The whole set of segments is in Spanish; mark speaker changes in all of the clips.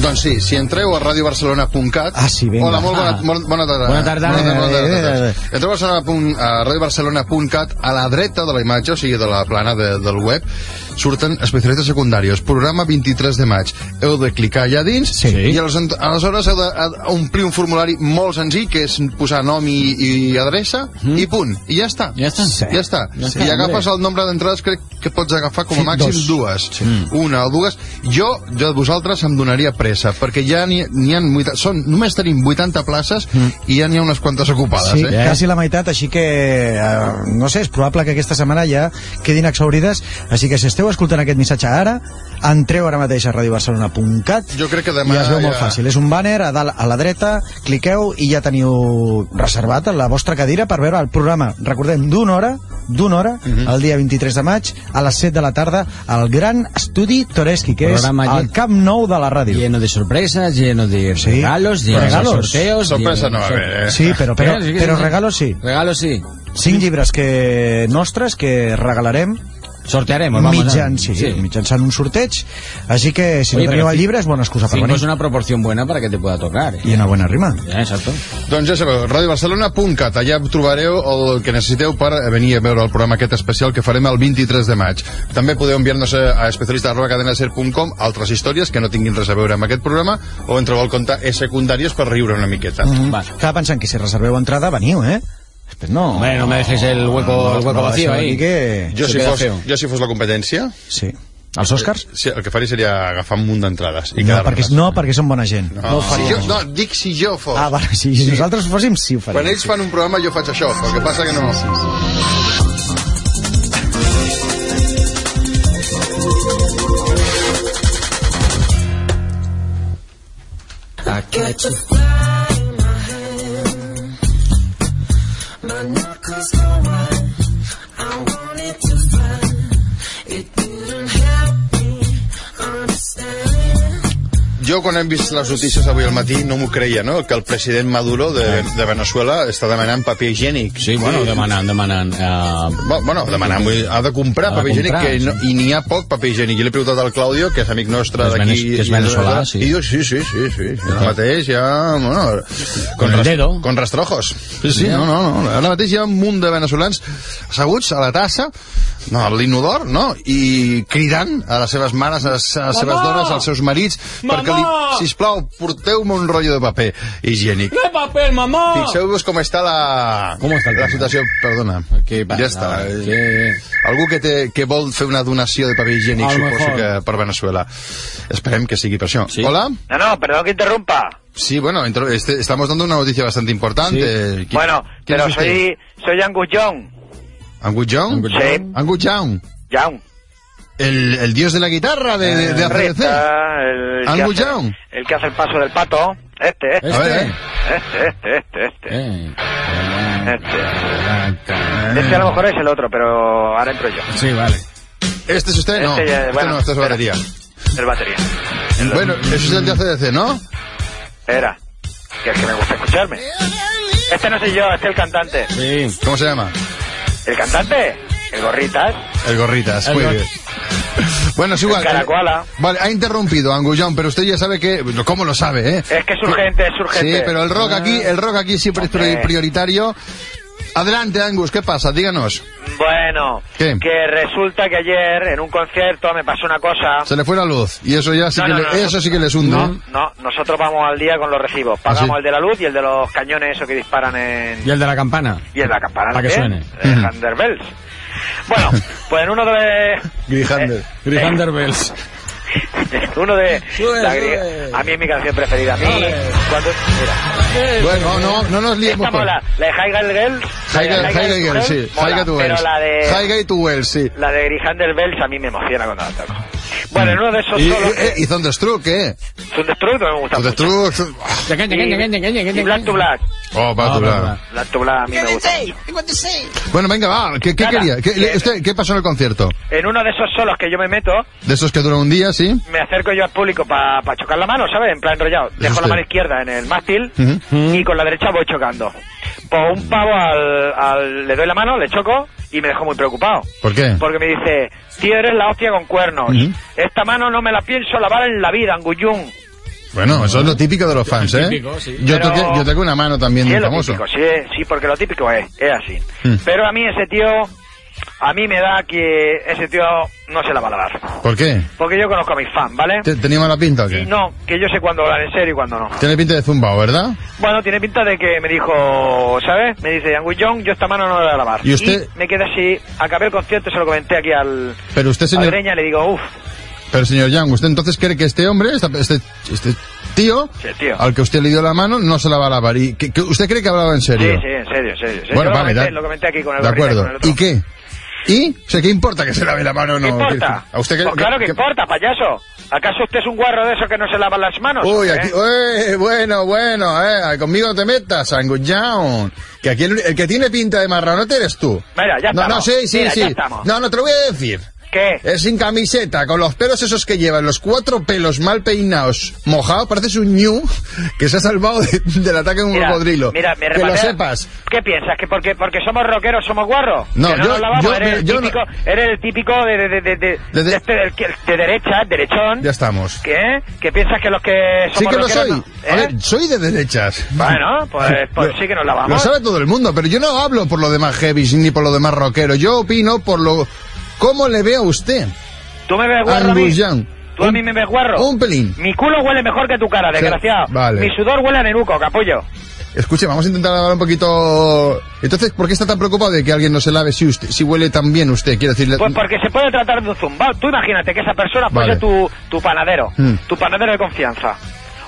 Speaker 1: Doncs sí, si entreu a radiobarcelona.cat...
Speaker 2: Ah, sí, vinga.
Speaker 1: Hola, molt bona,
Speaker 2: Ah.
Speaker 1: molt, bona tarda.
Speaker 2: Bona tarda.
Speaker 1: Bona tarda, bona tarda,
Speaker 2: Eh, eh,
Speaker 1: bona
Speaker 2: eh.
Speaker 1: tarda. Entreu a, Barcelona punt- a radiobarcelona.cat, a la dreta de la imatge, o sigui, de la plana de, del web, surten especialistes secundaris, programa 23 de maig. Heu de clicar allà dins
Speaker 2: Sí.
Speaker 1: i als- aleshores heu d'omplir un formulari molt senzill, que és posar nom i, i adreça, i punt. I ja està.
Speaker 3: Ja està.
Speaker 2: Mm-hmm. Sí.
Speaker 1: Ja està.
Speaker 3: Ja està,
Speaker 1: I agafes
Speaker 3: hombre.
Speaker 1: el nombre d'entrades crec que pots agafar com a
Speaker 2: Sí,
Speaker 1: màxim
Speaker 2: dos.
Speaker 1: dues. Una o dues. Jo, jo de vosaltres em donaria pressa, perquè ja n'hi n'hi ha... vuita- Són, només tenim 80 places i ja n'hi ha unes quantes ocupades,
Speaker 2: Mm. Sí,
Speaker 1: eh?
Speaker 2: eh? quasi la meitat, així que eh, no sé, és probable que aquesta setmana ja quedin exaurides, així que si esteu escoltant aquest missatge ara, entreu ara mateix a radiobarcelona.cat
Speaker 1: Jo crec que demà
Speaker 2: i es veu
Speaker 1: ja-
Speaker 2: molt fàcil, és un banner a dalt a la dreta, cliqueu i ja teniu reservat la vostra cadira per veure el programa, recordem, d'una hora d'una hora,
Speaker 1: Mhm.
Speaker 2: el dia 23 de maig a les 7 de la tarda, al Gran Estudi Toreski, que
Speaker 3: Programa
Speaker 2: és
Speaker 3: llen-
Speaker 2: el Camp Nou de la ràdio
Speaker 3: Lleno de sorpresas, lleno de
Speaker 2: Sí.
Speaker 3: regalos, lleno de
Speaker 2: Regalos.
Speaker 3: sorteos.
Speaker 1: Sorpresa no
Speaker 3: lleno de
Speaker 1: va a haber, eh?
Speaker 2: Sí, però, però,
Speaker 3: Sí, sí, sí,
Speaker 2: però
Speaker 3: sí.
Speaker 2: regalos sí.
Speaker 3: Regalos sí.
Speaker 2: Cinc llibres que nostres que regalarem
Speaker 3: Sortearemos, vamos. a-
Speaker 2: mitjan, sí, sí. mitjançant un sorteig així que si
Speaker 3: Oye,
Speaker 2: no
Speaker 3: pero
Speaker 2: teniu el
Speaker 3: cinc-
Speaker 2: llibre és bona excusa per
Speaker 3: Cinco
Speaker 2: venir
Speaker 3: es una proporción buena para que te pueda tocar. eh.
Speaker 2: i una bona rima
Speaker 3: Ya, exacto.
Speaker 1: Doncs ja sabeu, radiobarcelona.cat, allà trobareu el que necessiteu per venir a veure el programa aquest especial que farem el 23 de maig. També podeu enviar-nos a, a especialista.cadenaser.com altres històries que no tinguin res a veure amb aquest programa o entreu al compte e secundàries per riure una miqueta.
Speaker 2: mm.
Speaker 3: Va.
Speaker 2: estava pensant que si reserveu entrada veniu, eh? Després no
Speaker 3: Hombre, no me dejéis el hueco, el hueco
Speaker 2: no,
Speaker 3: vacío
Speaker 2: això aquí
Speaker 3: ahí.
Speaker 2: que...
Speaker 1: Jo
Speaker 3: Se
Speaker 1: si,
Speaker 3: queda
Speaker 1: fos,
Speaker 3: feo.
Speaker 1: jo si fos la competència
Speaker 2: sí. els Oscars?
Speaker 1: Sí, el que faria seria agafar un munt d'entrades i
Speaker 2: no,
Speaker 1: quedar-me-les.
Speaker 2: perquè, no, perquè són bona gent
Speaker 1: No, Ah. si jo, no, dic si jo fos.
Speaker 2: ah, vale, si sí. nosaltres fóssim sí ho farem
Speaker 1: Quan ells fan un programa jo faig això, el que passa que no... Jo quan hem vist les notícies avui al matí no m'ho creia, no? Que el president Maduro de, de Venezuela està demanant paper higiènic.
Speaker 3: Sí, bueno, demanan, demanan. eh,
Speaker 1: Bo- Bueno, demanant, vull dir, ha de comprar
Speaker 3: Ha de
Speaker 1: paper higiènic,
Speaker 3: comprar,
Speaker 1: que no, i n'hi ha poc paper higiènic. Jo l'he preguntat al Claudio, que és amic nostre
Speaker 3: Que és
Speaker 1: d'aquí.
Speaker 3: venez- que és
Speaker 1: i-
Speaker 3: veneçolà,
Speaker 1: i-
Speaker 3: sí.
Speaker 1: I diu, sí, sí, sí, sí. sí. Ara mateix ja... Bueno,
Speaker 3: Con el dedo.
Speaker 1: Con rastrojos. Sí, sí, no, no, no. Ara mateix hi ha un munt de venezolans asseguts a la tassa, no, a l'inodor, no? I cridant a les seves mares, a les, a les seves dones, als seus marits, perquè li... Sisplau, porteu-me un rotllo de paper higiènic.
Speaker 4: ¡Qué papel, mamá!
Speaker 1: Fixeu-vos com està la...
Speaker 3: Com està el
Speaker 1: la
Speaker 3: tema?
Speaker 1: situació, perdona.
Speaker 3: ¿Qué pasa?
Speaker 1: Ja està.
Speaker 3: ¿Qué?
Speaker 1: eh, Algú que, té, que vol fer una donació de paper higiènic,
Speaker 3: A lo
Speaker 1: suposo
Speaker 3: mejor.
Speaker 1: que per Venezuela. Esperem que sigui per això.
Speaker 3: Sí.
Speaker 1: Hola?
Speaker 5: No, no, perdón que interrumpa.
Speaker 1: Sí, bueno, entro- este- estamos dando una noticia bastante importante. Eh, ¿quién-
Speaker 5: Bueno,
Speaker 1: quién
Speaker 5: pero
Speaker 1: es usted?
Speaker 5: soy, soy Angus Young.
Speaker 1: Angus Young.
Speaker 5: Sí,
Speaker 1: Angus Young,
Speaker 5: Young.
Speaker 1: el, el dios de la guitarra de, de, de ACDC.
Speaker 5: Resta, el, que
Speaker 1: Angus
Speaker 5: hace-
Speaker 1: Young.
Speaker 5: el que hace el paso del pato. Este, este,
Speaker 1: A ver, eh.
Speaker 5: este, este, este, este.
Speaker 3: Eh.
Speaker 5: Este. Este a lo mejor es el otro, pero ahora entro yo.
Speaker 3: Sí, vale.
Speaker 1: Este es usted, no.
Speaker 5: Este ya-
Speaker 1: Este
Speaker 5: bueno,
Speaker 1: no, este es
Speaker 5: espera.
Speaker 1: batería.
Speaker 5: El batería.
Speaker 1: Bueno, eso es el de ACDC, ¿no?
Speaker 5: Era. Que es que me gusta escucharme. Este no soy yo, este es el cantante.
Speaker 3: Sí.
Speaker 1: ¿Cómo se llama?
Speaker 5: ¿El cantante? El gorritas.
Speaker 1: El gorritas,
Speaker 3: El
Speaker 1: muy
Speaker 3: gor-
Speaker 1: bien. Bueno, es igual. eh,
Speaker 5: El caracola.
Speaker 1: Vale, ha interrumpido Angullón, pero usted ya sabe que... ¿Cómo lo sabe, eh?
Speaker 5: Es que es urgente, es urgente. Ah.
Speaker 1: Sí, pero el rock aquí, el rock aquí siempre es
Speaker 5: Hombre.
Speaker 1: prioritario. Adelante, Angus, ¿qué pasa? Díganos.
Speaker 5: Bueno,
Speaker 1: ¿Qué?
Speaker 5: que resulta que ayer en un concierto me pasó una cosa.
Speaker 1: Se le fue la luz y eso ya sí
Speaker 5: No,
Speaker 1: que
Speaker 5: no,
Speaker 1: le-
Speaker 5: no,
Speaker 1: eso
Speaker 5: no.
Speaker 1: sí que les hunde.
Speaker 5: No, no, nosotros vamos al día con los recibos. Pagamos
Speaker 1: ¿Ah, sí?
Speaker 5: el de la luz y el de los cañones, eso que disparan en.
Speaker 3: ¿Y el de la campana?
Speaker 5: Y el de la campana.
Speaker 3: Para que
Speaker 5: también,
Speaker 3: suene. Mm.
Speaker 5: el Handerbells. Bueno, pues en uno de.
Speaker 1: Grijander.
Speaker 5: eh,
Speaker 3: Grisander Bells.
Speaker 5: eh, uno de.
Speaker 3: Sube,
Speaker 5: la
Speaker 3: sube.
Speaker 5: gri- a mí es mi canción preferida. A mí.
Speaker 3: Ole.
Speaker 5: Cuando, mira,
Speaker 1: Eh, Bueno, no, no nos liemos
Speaker 5: esta
Speaker 1: con...
Speaker 5: mola. La de High Girls. la de
Speaker 1: Haiga
Speaker 5: High
Speaker 1: Haiga
Speaker 5: Girl
Speaker 1: Girl, sí.
Speaker 5: mola,
Speaker 1: Haiga to
Speaker 5: Pero
Speaker 1: Wells.
Speaker 5: la de.
Speaker 1: Haiga y to Wells, sí.
Speaker 5: La de Grisander Bells a mí me emociona cuando la toco. Bueno, en uno de esos
Speaker 1: Y,
Speaker 5: solos.
Speaker 1: eh, y Thunderstruck, ¿eh?
Speaker 5: Thunderstruck no me gusta mucho.
Speaker 1: Thunderstruck... Ah.
Speaker 5: Y, y Black to Black.
Speaker 1: Oh, va,
Speaker 3: Ah,
Speaker 1: tú,
Speaker 3: va,
Speaker 1: va.
Speaker 3: va.
Speaker 5: Black to Black a mí me gusta.
Speaker 1: Bueno, venga, va. ¿Qué, qué
Speaker 5: Nada.
Speaker 1: quería? ¿Qué, le- usted, ¿Qué pasó en el concierto?
Speaker 5: En uno de esos solos que yo me meto,
Speaker 1: De esos que dura un día, ¿sí?
Speaker 5: me acerco yo al público para chocar la mano, ¿sabes? En plan enrollado. Dejo
Speaker 1: usted.
Speaker 5: la mano izquierda en el mástil
Speaker 3: Ujú.
Speaker 5: y con la derecha voy chocando. Pues un pavo al, al- le doy la mano, le choco y me dejo muy preocupado.
Speaker 1: ¿Por qué?
Speaker 5: Porque me dice, tío, eres la hostia con cuernos.
Speaker 1: Eh. Ujú.
Speaker 5: Esta mano no me la pienso lavar en la vida, Angullún.
Speaker 1: Bueno, eso es lo típico de los fans, ¿eh?
Speaker 6: típico, sí.
Speaker 1: Yo,
Speaker 5: Pero-
Speaker 1: toqué, yo toqué una mano también
Speaker 5: Sí,
Speaker 1: de
Speaker 5: es
Speaker 1: un
Speaker 5: lo
Speaker 1: famoso.
Speaker 5: típico, sí, eh, sí, porque lo típico es, es así.
Speaker 1: Mm.
Speaker 5: Pero a mí ese tío, a mí me da que ese tío no se la va a lavar.
Speaker 1: ¿Por qué?
Speaker 5: Porque yo conozco a mis fans, ¿vale?
Speaker 1: ¿Te- ¿Tenía mala pinta o qué?
Speaker 5: Y no, que yo sé cuándo hablar en serio y cuándo no.
Speaker 1: Tiene pinta de zumbao, ¿verdad?
Speaker 5: Bueno, tiene pinta de que me dijo, ¿sabes? Me dice, Anguillón, yo esta mano no la voy a lavar.
Speaker 1: ¿Y usted?
Speaker 5: me quedé así, acabé el concierto, se lo comenté aquí al...
Speaker 1: Pero usted,
Speaker 5: al
Speaker 1: señor...
Speaker 5: Breña, le digo, uff,
Speaker 1: Pero señor Yang, ¿usted entonces cree que este hombre, esta- este, este tío,
Speaker 5: Sí, tío.
Speaker 1: al que usted le dio la mano, no se la va a lavar? ¿Y que, que- ¿Usted cree que hablaba en
Speaker 5: sí,
Speaker 1: serio?
Speaker 5: sí, en serio, en serio.
Speaker 1: Bueno,
Speaker 5: Yo lo,
Speaker 1: vale,
Speaker 5: comenté,
Speaker 1: da-
Speaker 5: lo comenté aquí con el
Speaker 1: De
Speaker 5: Gorrina y
Speaker 1: acuerdo.
Speaker 5: con el otro.
Speaker 1: ¿Y qué? ¿Y? O sea, ¿qué importa que se lave la mano o no?
Speaker 5: ¿Qué importa?
Speaker 1: ¿A usted qué-
Speaker 5: Pues claro que,
Speaker 1: qué-
Speaker 5: importa, payaso. ¿Acaso usted es un guarro de esos que no se lavan las manos?
Speaker 1: Uy,
Speaker 5: ¿Eh?
Speaker 1: aquí, uy, bueno, bueno, eh, conmigo no te metas, Angullón. Que aquí el, el que tiene pinta de marranote eres tú.
Speaker 5: Mira, ya
Speaker 1: no,
Speaker 5: estamos.
Speaker 1: No, sí, sí,
Speaker 5: Mira,
Speaker 1: sí.
Speaker 5: ya estamos.
Speaker 1: No, no te lo voy a decir.
Speaker 5: ¿Qué?
Speaker 1: Es sin camiseta, con los pelos esos que llevan, los cuatro pelos mal peinados, mojado, pareces un ñu que se ha salvado de- del ataque de un cocodrilo.
Speaker 5: Mira, me
Speaker 1: que lo
Speaker 5: repatea-
Speaker 1: sepas.
Speaker 5: ¿Qué piensas? ¿Que porque, porque somos rockeros somos guarros?
Speaker 1: No,
Speaker 5: ¿Que no
Speaker 1: yo-
Speaker 5: nos lavamos?
Speaker 1: yo-
Speaker 5: eres, el
Speaker 1: yo no-
Speaker 5: típico, eres el típico de, de, de, de, de-
Speaker 1: De- de-
Speaker 5: de este- del que- de derecha, derechón.
Speaker 1: Ya estamos.
Speaker 5: ¿Qué? ¿Que piensas que los que
Speaker 1: Sí
Speaker 5: somos
Speaker 1: que lo
Speaker 5: rockeros
Speaker 1: soy.
Speaker 5: no?
Speaker 1: A
Speaker 5: ¿Eh?
Speaker 1: ver, soy de derechas.
Speaker 5: Bueno, pues, pues sí que nos lavamos.
Speaker 1: Lo sabe todo el mundo, pero yo no hablo por lo demás heavy ni por lo demás rockero. Yo opino por lo... ¿Cómo le ve a usted?
Speaker 5: ¿Tú me ves guarro a mí?
Speaker 1: Angus Young.
Speaker 5: ¿Tú a
Speaker 1: Un-
Speaker 5: mí me ves guarro?
Speaker 1: un pelín.
Speaker 5: Mi culo huele mejor que tu cara, desgraciado.
Speaker 1: vale. Eh,
Speaker 5: Mi sudor huele a nenuco, capullo.
Speaker 1: Escuche, vamos a intentar hablar un poquito... Entonces, ¿por qué está tan preocupado de que alguien no se lave si usted, si huele tan bien usted? Quiero decirle...
Speaker 5: Pues porque se puede tratar de un zumbao. Tú imagínate que esa persona
Speaker 1: Vale.
Speaker 5: fuese tu, tu panadero,
Speaker 1: Mm.
Speaker 5: tu panadero de confianza.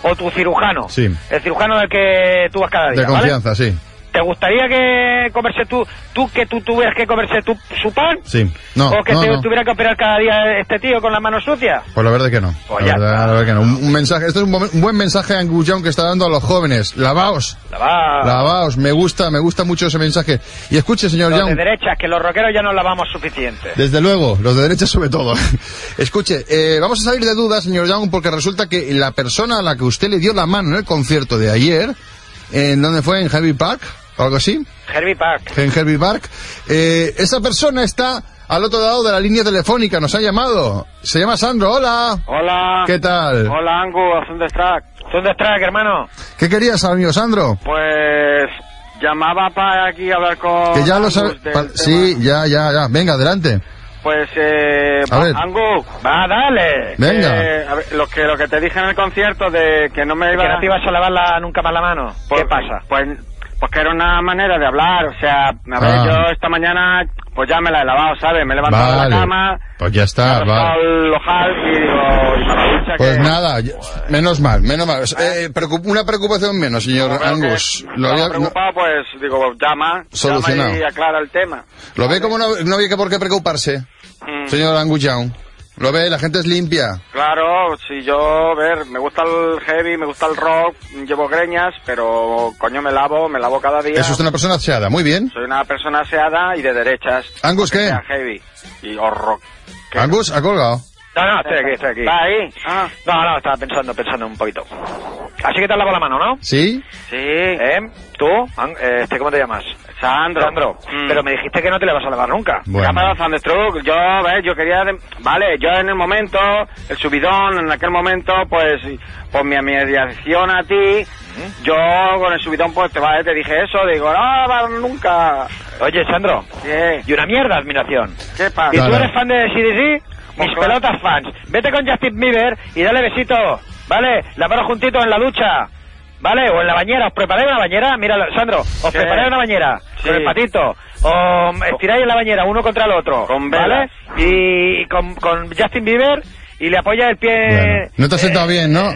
Speaker 5: O tu cirujano.
Speaker 1: Sí.
Speaker 5: El cirujano del que tú vas cada día.
Speaker 1: de
Speaker 5: ¿vale?
Speaker 1: confianza, sí.
Speaker 5: ¿Te gustaría que comerse tú, tú que tú tuvieras que comerse tú, su pan?
Speaker 1: Sí. No,
Speaker 5: ¿O que
Speaker 1: no,
Speaker 5: te
Speaker 1: no.
Speaker 5: tuviera que operar cada día este tío con las manos sucias?
Speaker 1: Pues la verdad que no.
Speaker 5: Pues
Speaker 1: la,
Speaker 5: ya
Speaker 1: verdad,
Speaker 5: está.
Speaker 1: la verdad que no. Un, un mensaje, este es un, buen- un buen mensaje a Angullón que está dando a los jóvenes. Lavaos,
Speaker 5: La va.
Speaker 1: lavaos. Me gusta, me gusta mucho ese mensaje. Y escuche, señor
Speaker 5: Los
Speaker 1: Young.
Speaker 5: de derechas, que los roqueros ya no lavamos suficiente.
Speaker 1: Desde luego, los de derecha sobre todo. Escuche, eh, vamos a salir de dudas, señor Young, porque resulta que la persona a la que usted le dio la mano en el concierto de ayer, ¿en dónde fue? ¿En Herbie Park? ¿O algo así?
Speaker 5: Herbie Park.
Speaker 1: En Herbie Park. Eh, esa persona está al otro lado de la línea telefónica, nos ha llamado. Se llama Sandro, hola.
Speaker 7: Hola.
Speaker 1: ¿Qué tal?
Speaker 7: Hola, Angu, Thunderstruck.
Speaker 5: ¿Dónde estás, hermano?
Speaker 1: ¿Qué querías, amigo Sandro?
Speaker 7: Pues llamaba para aquí a hablar con.
Speaker 1: Que ya lo
Speaker 7: Angus
Speaker 1: sabes.
Speaker 7: del tema.
Speaker 1: Sí, ya, ya, ya. Venga, adelante.
Speaker 7: Pues, eh.
Speaker 1: A
Speaker 7: va-
Speaker 1: ver.
Speaker 7: Angu.
Speaker 5: Va, dale.
Speaker 1: Venga.
Speaker 7: eh, a ver, lo, que, lo que te dije en el concierto de que no me iba
Speaker 5: Que no te ibas a lavar la- nunca más la mano.
Speaker 7: Pues-
Speaker 5: ¿Qué pasa?
Speaker 7: Pues, pues que era una manera de hablar. O sea, a ver,
Speaker 1: Ah.
Speaker 7: yo esta mañana, pues ya me la he lavado, ¿sabes? Me he levantado de
Speaker 1: Vale.
Speaker 7: la cama.
Speaker 1: Pues ya
Speaker 7: me he
Speaker 1: está,
Speaker 7: arrastrado
Speaker 1: vale.
Speaker 7: el ojal y digo, y para la ducha
Speaker 1: Pues
Speaker 7: que-
Speaker 1: nada, ya- menos mal, menos mal. Eh, preocup- una preocupación menos, señor
Speaker 7: Como veo que
Speaker 1: Angus. Lo,
Speaker 7: estaba
Speaker 1: había- no-
Speaker 7: preocupado, pues digo, llama,
Speaker 1: Solucionado.
Speaker 7: llama y aclara el tema.
Speaker 1: lo ve como no, no había que por qué preocuparse,
Speaker 7: Mm,
Speaker 1: señor Angus Young. Lo ve, la gente es limpia.
Speaker 7: Claro, si yo, a ver, me gusta el heavy, me gusta el rock, llevo greñas, pero coño me lavo, me lavo cada día.
Speaker 1: Es usted una persona aseada, muy bien.
Speaker 7: Soy una persona aseada y de derechas.
Speaker 1: Angus,
Speaker 7: Que
Speaker 1: ¿qué?
Speaker 7: sea heavy y o rock. ¿Qué?
Speaker 1: Angus ha colgado.
Speaker 5: No, no, estoy aquí, estoy aquí.
Speaker 7: ¿Va ahí? Ah,
Speaker 5: No, no, estaba pensando, pensando un poquito. Así que te has lavado la mano, ¿no?
Speaker 1: ¿Sí?
Speaker 7: sí.
Speaker 5: ¿Eh? ¿Tú? An- eh, este, ¿Cómo te llamas?
Speaker 7: Sandro.
Speaker 5: Sandro.
Speaker 7: Mm.
Speaker 5: Pero me dijiste que no te la vas a lavar nunca.
Speaker 1: Bueno.
Speaker 7: Ya para Thunderstruck, yo, a ver, yo quería, de- vale, yo en el momento, el subidón, en aquel momento, pues, por mi mediación a ti, yo con el subidón, pues, te, va- te dije eso, digo, no, va, nunca,
Speaker 5: Oye, Sandro,
Speaker 7: ¿qué?
Speaker 5: y una mierda de admiración.
Speaker 7: ¿Qué pasa?
Speaker 5: ¿Y tú
Speaker 1: Claro.
Speaker 5: eres fan de CDC?
Speaker 7: Pues
Speaker 5: Mis
Speaker 7: claro.
Speaker 5: pelotas fans. Vete con Justin Bieber y dale besitos, ¿vale? Lavaros juntitos en la ducha, ¿vale? O en la bañera. ¿Os preparáis una bañera? Mira, Sandro, ¿os
Speaker 7: Sí.
Speaker 5: preparáis una bañera?
Speaker 7: Sí.
Speaker 5: Con el patito. O mm, estiráis en la bañera uno contra el otro.
Speaker 7: Con
Speaker 5: ¿Vale?
Speaker 7: velas.
Speaker 5: Y con, con Justin Bieber y le apoyas el pie...
Speaker 1: Bueno. No te has
Speaker 5: eh,
Speaker 1: sentado bien, ¿no?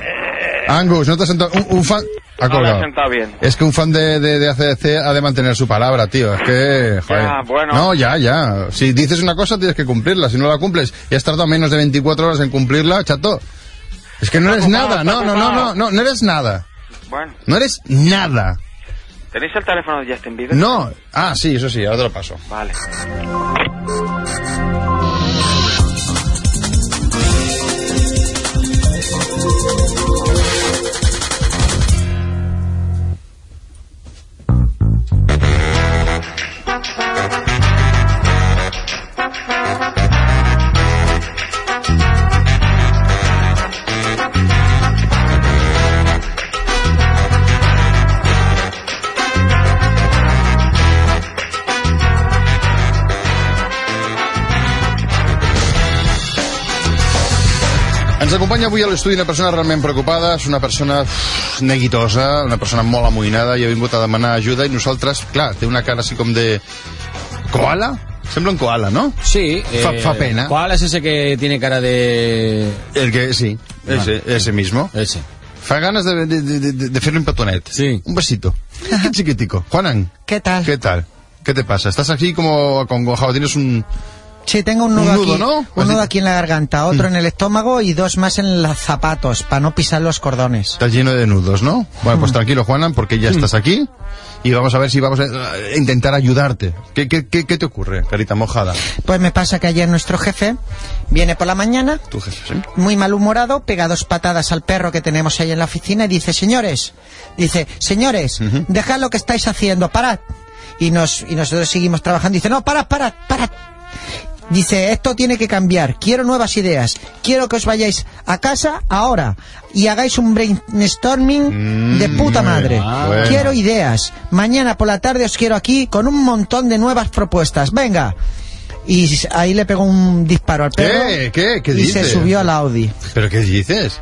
Speaker 1: Angus, no te has sentado... Un, un fan... Ha
Speaker 7: Eh, No me he
Speaker 1: colgado. Eh.
Speaker 7: sentado bien.
Speaker 1: Es que un fan de, de, de ACDC ha de mantener su palabra, tío. Es que... Joder.
Speaker 7: Ya, bueno.
Speaker 1: No, ya, ya. Si dices una cosa, tienes que cumplirla. Si no la cumples y has tardado menos de 24 horas en cumplirla, chato. Es que no eres
Speaker 7: ocupado,
Speaker 1: nada.
Speaker 7: está
Speaker 1: No, no, no,
Speaker 7: ocupado.
Speaker 1: no, no, no eres nada.
Speaker 7: Bueno,
Speaker 1: No eres nada.
Speaker 7: ¿tenéis el teléfono de Justin Bieber?
Speaker 1: No. Ah, sí, eso sí, ahora te lo paso.
Speaker 7: Vale.
Speaker 1: Ens acompanya avui a l'estudi una persona realment preocupada, és una persona uf, neguitosa, una persona molt amoïnada i ha vingut a demanar ajuda i nosaltres, clar, té una cara així com de... Koala? Sembla un koala, no?
Speaker 8: Sí.
Speaker 1: Fa-
Speaker 3: eh,
Speaker 1: fa pena.
Speaker 8: ¿Cuál es ese que tiene cara de...?
Speaker 1: El que, sí, ese, ese mismo.
Speaker 8: Ese.
Speaker 1: Fa ganes de, de, de, de- de fer un petonet.
Speaker 8: Sí.
Speaker 1: Un besito. Un chiquitico. Juanan,
Speaker 2: ¿Qué tal?
Speaker 1: ¿qué tal? ¿Qué te pasa? ¿Estás aquí como acongojado? ¿Tienes un...?
Speaker 2: Sí, tengo un
Speaker 1: Un
Speaker 2: nudo,
Speaker 1: nudo,
Speaker 2: aquí,
Speaker 1: ¿no?
Speaker 2: un
Speaker 1: Así- Mm.
Speaker 2: nudo aquí en la garganta, otro en el estómago y dos más en los zapatos para no pisar los cordones.
Speaker 1: Estás lleno de nudos, ¿no? Bueno,
Speaker 2: Mm.
Speaker 1: pues tranquilo, Juanan, porque ya estás aquí y vamos a ver si vamos a eh, intentar ayudarte. ¿Qué, qué, qué, qué te ocurre, carita mojada?
Speaker 2: Pues me pasa que ayer nuestro jefe viene por la mañana,
Speaker 1: Tu jefe, ¿sí?
Speaker 2: muy malhumorado, pega dos patadas al perro que tenemos ahí en la oficina y dice, señores, dice, señores, dejad lo que estáis haciendo, parad. Y, nos, y nosotros seguimos trabajando. Dice, no, parad, parad, parad. Dice, esto tiene que cambiar, quiero nuevas ideas, quiero que os vayáis a casa ahora y hagáis un brainstorming de
Speaker 1: Mm,
Speaker 2: puta
Speaker 1: muy
Speaker 2: madre.
Speaker 1: bien. Ah. Bueno.
Speaker 2: Quiero ideas. Mañana por la tarde os quiero aquí con un montón de nuevas propuestas. Venga. Y ahí le pegó un disparo al perro
Speaker 1: ¿Qué? ¿Qué? ¿Qué
Speaker 2: y
Speaker 1: dices?
Speaker 2: se subió a la Audi.
Speaker 1: ¿Pero qué dices?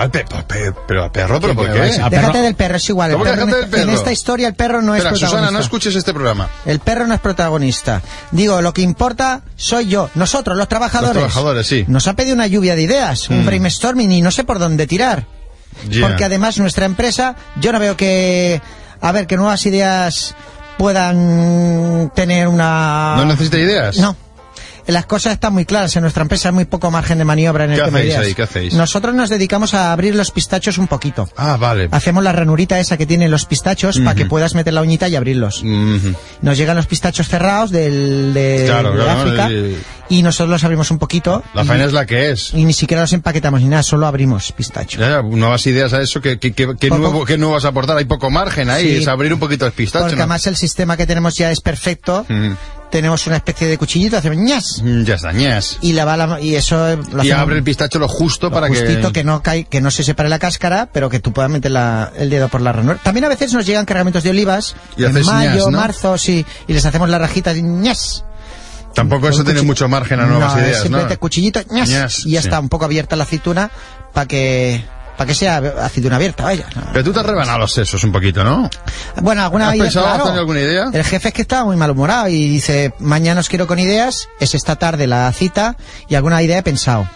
Speaker 1: Al pe- pe- pe- pero a perro, ¿pero por
Speaker 8: ¿Qué
Speaker 1: qué?
Speaker 8: vais a-
Speaker 1: Espera,
Speaker 8: perro-
Speaker 2: Déjate del perro, es igual. el
Speaker 1: ¿Cómo que
Speaker 2: perro en,
Speaker 1: déjate del
Speaker 2: en
Speaker 1: perro?
Speaker 2: esta historia el perro no es protagonista.
Speaker 1: Susana, no escuches este programa.
Speaker 2: El perro no es protagonista. Digo, lo que importa soy yo, nosotros, los trabajadores.
Speaker 1: Los trabajadores, sí. Mm.
Speaker 2: Nos ha pedido una lluvia de ideas, un brainstorming y no sé por dónde tirar.
Speaker 1: Ya.
Speaker 2: Porque además nuestra empresa, yo no veo que... A ver, que nuevas ideas puedan tener una...
Speaker 1: ¿No necesita ideas?
Speaker 2: No. Las cosas están muy claras. En nuestra empresa hay muy poco margen de maniobra en el
Speaker 1: ¿Qué
Speaker 2: tema de
Speaker 1: hacéis
Speaker 2: ideas.
Speaker 1: ahí? ¿Qué hacéis?
Speaker 2: Nosotros nos dedicamos a abrir los pistachos un poquito.
Speaker 1: Ah, vale.
Speaker 2: Hacemos la ranurita esa que tienen los pistachos para que puedas meter la uñita y abrirlos.
Speaker 1: Mhm.
Speaker 2: Nos llegan los pistachos cerrados del, de,
Speaker 1: Claro,
Speaker 2: de
Speaker 1: claro,
Speaker 2: África
Speaker 1: eh,
Speaker 2: y nosotros los abrimos un poquito.
Speaker 1: La
Speaker 2: y,
Speaker 1: faena es la que es.
Speaker 2: y ni siquiera los empaquetamos ni nada, solo abrimos pistachos.
Speaker 1: Ya, ya, nuevas ideas a eso, ¿qué, qué, qué, qué
Speaker 2: Poco.
Speaker 1: nuevo, qué nuevo vas a aportar? Hay poco margen ahí,
Speaker 2: Sí.
Speaker 1: es abrir un poquito el pistacho.
Speaker 2: Porque
Speaker 1: ¿no?
Speaker 2: además el sistema que tenemos ya es perfecto.
Speaker 1: Mm.
Speaker 2: Tenemos una especie de cuchillito, hacemos ñas
Speaker 1: Mm, Ya está, ñas.
Speaker 2: y la bala y eso eh, lo
Speaker 1: Y
Speaker 2: hacemos-
Speaker 1: abre el pistacho lo justo para
Speaker 2: justito
Speaker 1: que...
Speaker 2: que... no cae, que no se separe la cáscara, pero que tú puedas meter la- el dedo por la ranura. También a veces nos llegan cargamentos de olivas
Speaker 1: Y
Speaker 2: en
Speaker 1: haces
Speaker 2: mayo,
Speaker 1: ñas, ¿no?
Speaker 2: marzo, sí, y les hacemos la rajita y ñas.
Speaker 1: Tampoco eso
Speaker 2: Con
Speaker 1: tiene
Speaker 2: cuchi-
Speaker 1: mucho margen a nuevas
Speaker 2: no, es
Speaker 1: ideas, ¿no?
Speaker 2: simplemente cuchillito, ñas,
Speaker 1: Ñas,
Speaker 2: y ya
Speaker 1: sí.
Speaker 2: está un poco abierta la aceituna para que para que sea aceituna abierta, vaya.
Speaker 1: Pero tú te has rebanado los sesos un poquito, ¿no?
Speaker 2: Bueno, alguna
Speaker 1: ¿Has
Speaker 2: idea,
Speaker 1: pensado, has
Speaker 2: Ah, claro. Eh,
Speaker 1: tenido alguna idea?
Speaker 2: El jefe es que estaba muy malhumorado y dice, mañana os quiero con ideas, es esta tarde la cita y alguna idea he pensado.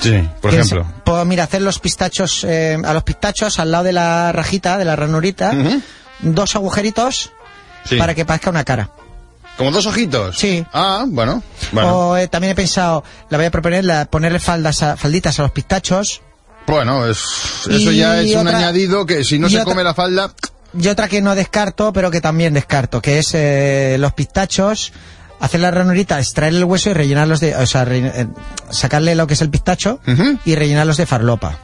Speaker 1: Sí, por
Speaker 2: ¿Quieres-
Speaker 1: ejemplo.
Speaker 2: Pues mira, hacer los pistachos, eh, a los pistachos al lado de la rajita, de la ranurita,
Speaker 1: Ujú.
Speaker 2: dos agujeritos
Speaker 1: Sí.
Speaker 2: para que parezca una cara.
Speaker 1: ¿Como dos ojitos?
Speaker 2: Sí.
Speaker 1: Ah, bueno. Bueno,
Speaker 2: O eh, también he pensado, la voy a proponer, la- ponerle faldas a- falditas a los pistachos.
Speaker 1: bueno es, eso
Speaker 2: Y
Speaker 1: ya es un
Speaker 2: otra-
Speaker 1: añadido que si no
Speaker 2: y
Speaker 1: se
Speaker 2: otra-
Speaker 1: come la falda...
Speaker 2: Y otra que no descarto, pero que también descarto, que es eh, los pistachos, hacer la ranurita, extraer el hueso y rellenarlos de, o sea, relle- eh, sacarle lo que es el pistacho
Speaker 1: Ujú.
Speaker 2: y rellenarlos de farlopa.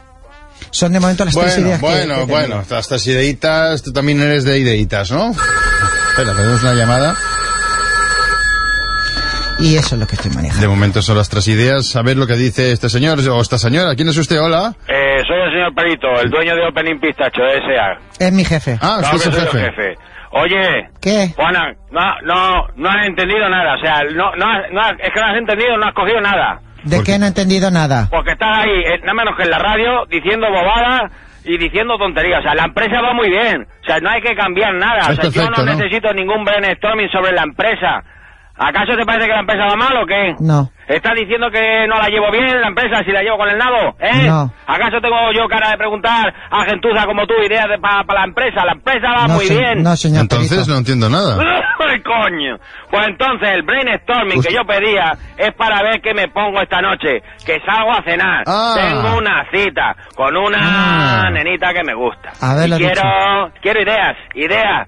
Speaker 2: Son de momento las tres
Speaker 1: Bueno,
Speaker 2: ideas que-
Speaker 1: bueno,
Speaker 2: que, tengo.
Speaker 1: bueno. Estas ideitas, tú también eres de ideitas, ¿no? Espera, tenemos una llamada.
Speaker 2: Y eso es lo que estoy manejando.
Speaker 1: De momento son las tres ideas. A ver lo que dice este señor o esta señora. ¿Quién es usted? Hola.
Speaker 5: Eh, soy el señor Perito, el dueño de Opening Pistacho, S.A.
Speaker 2: Es mi jefe.
Speaker 1: Ah,
Speaker 5: Claro
Speaker 1: usted es el
Speaker 5: que soy
Speaker 1: jefe.
Speaker 5: el jefe. Oye,
Speaker 2: ¿Qué?
Speaker 5: Juana, no, no, no has entendido nada, o sea, no, no, has- no has- es que no has entendido, no has cogido nada.
Speaker 2: ¿De
Speaker 1: ¿Por
Speaker 2: qué
Speaker 1: qué?
Speaker 2: no he entendido nada?
Speaker 5: Porque estás ahí, eh, nada menos que en la radio, diciendo bobadas y diciendo tonterías. O sea, la empresa va muy bien. O sea, no hay que cambiar nada. O
Speaker 1: Es
Speaker 5: sea,
Speaker 1: perfecto,
Speaker 5: yo no,
Speaker 1: ¿no?
Speaker 5: necesito ningún brainstorming sobre la empresa. ¿Acaso te parece que la empresa va mal o qué?
Speaker 2: No.
Speaker 5: ¿Estás diciendo que no la llevo bien la empresa si la llevo con el nabo? ¿Eh?
Speaker 2: No.
Speaker 5: ¿Acaso tengo yo cara de preguntar a gentuza como tú ideas para la empresa? La empresa va
Speaker 2: no,
Speaker 5: Ah, muy
Speaker 2: se-
Speaker 5: bien.
Speaker 2: No, señor.
Speaker 1: Entonces
Speaker 2: Perito.
Speaker 1: no entiendo nada.
Speaker 5: ¡Ay, coño! Pues entonces el brainstorming
Speaker 1: Ust-
Speaker 5: que yo pedía es para ver qué me pongo esta noche. Que salgo a cenar.
Speaker 1: Ah.
Speaker 5: Tengo una cita con una
Speaker 1: Ah.
Speaker 5: nenita que me gusta.
Speaker 2: A ver,
Speaker 5: Y
Speaker 2: la
Speaker 5: quiero, quiero ideas, ideas.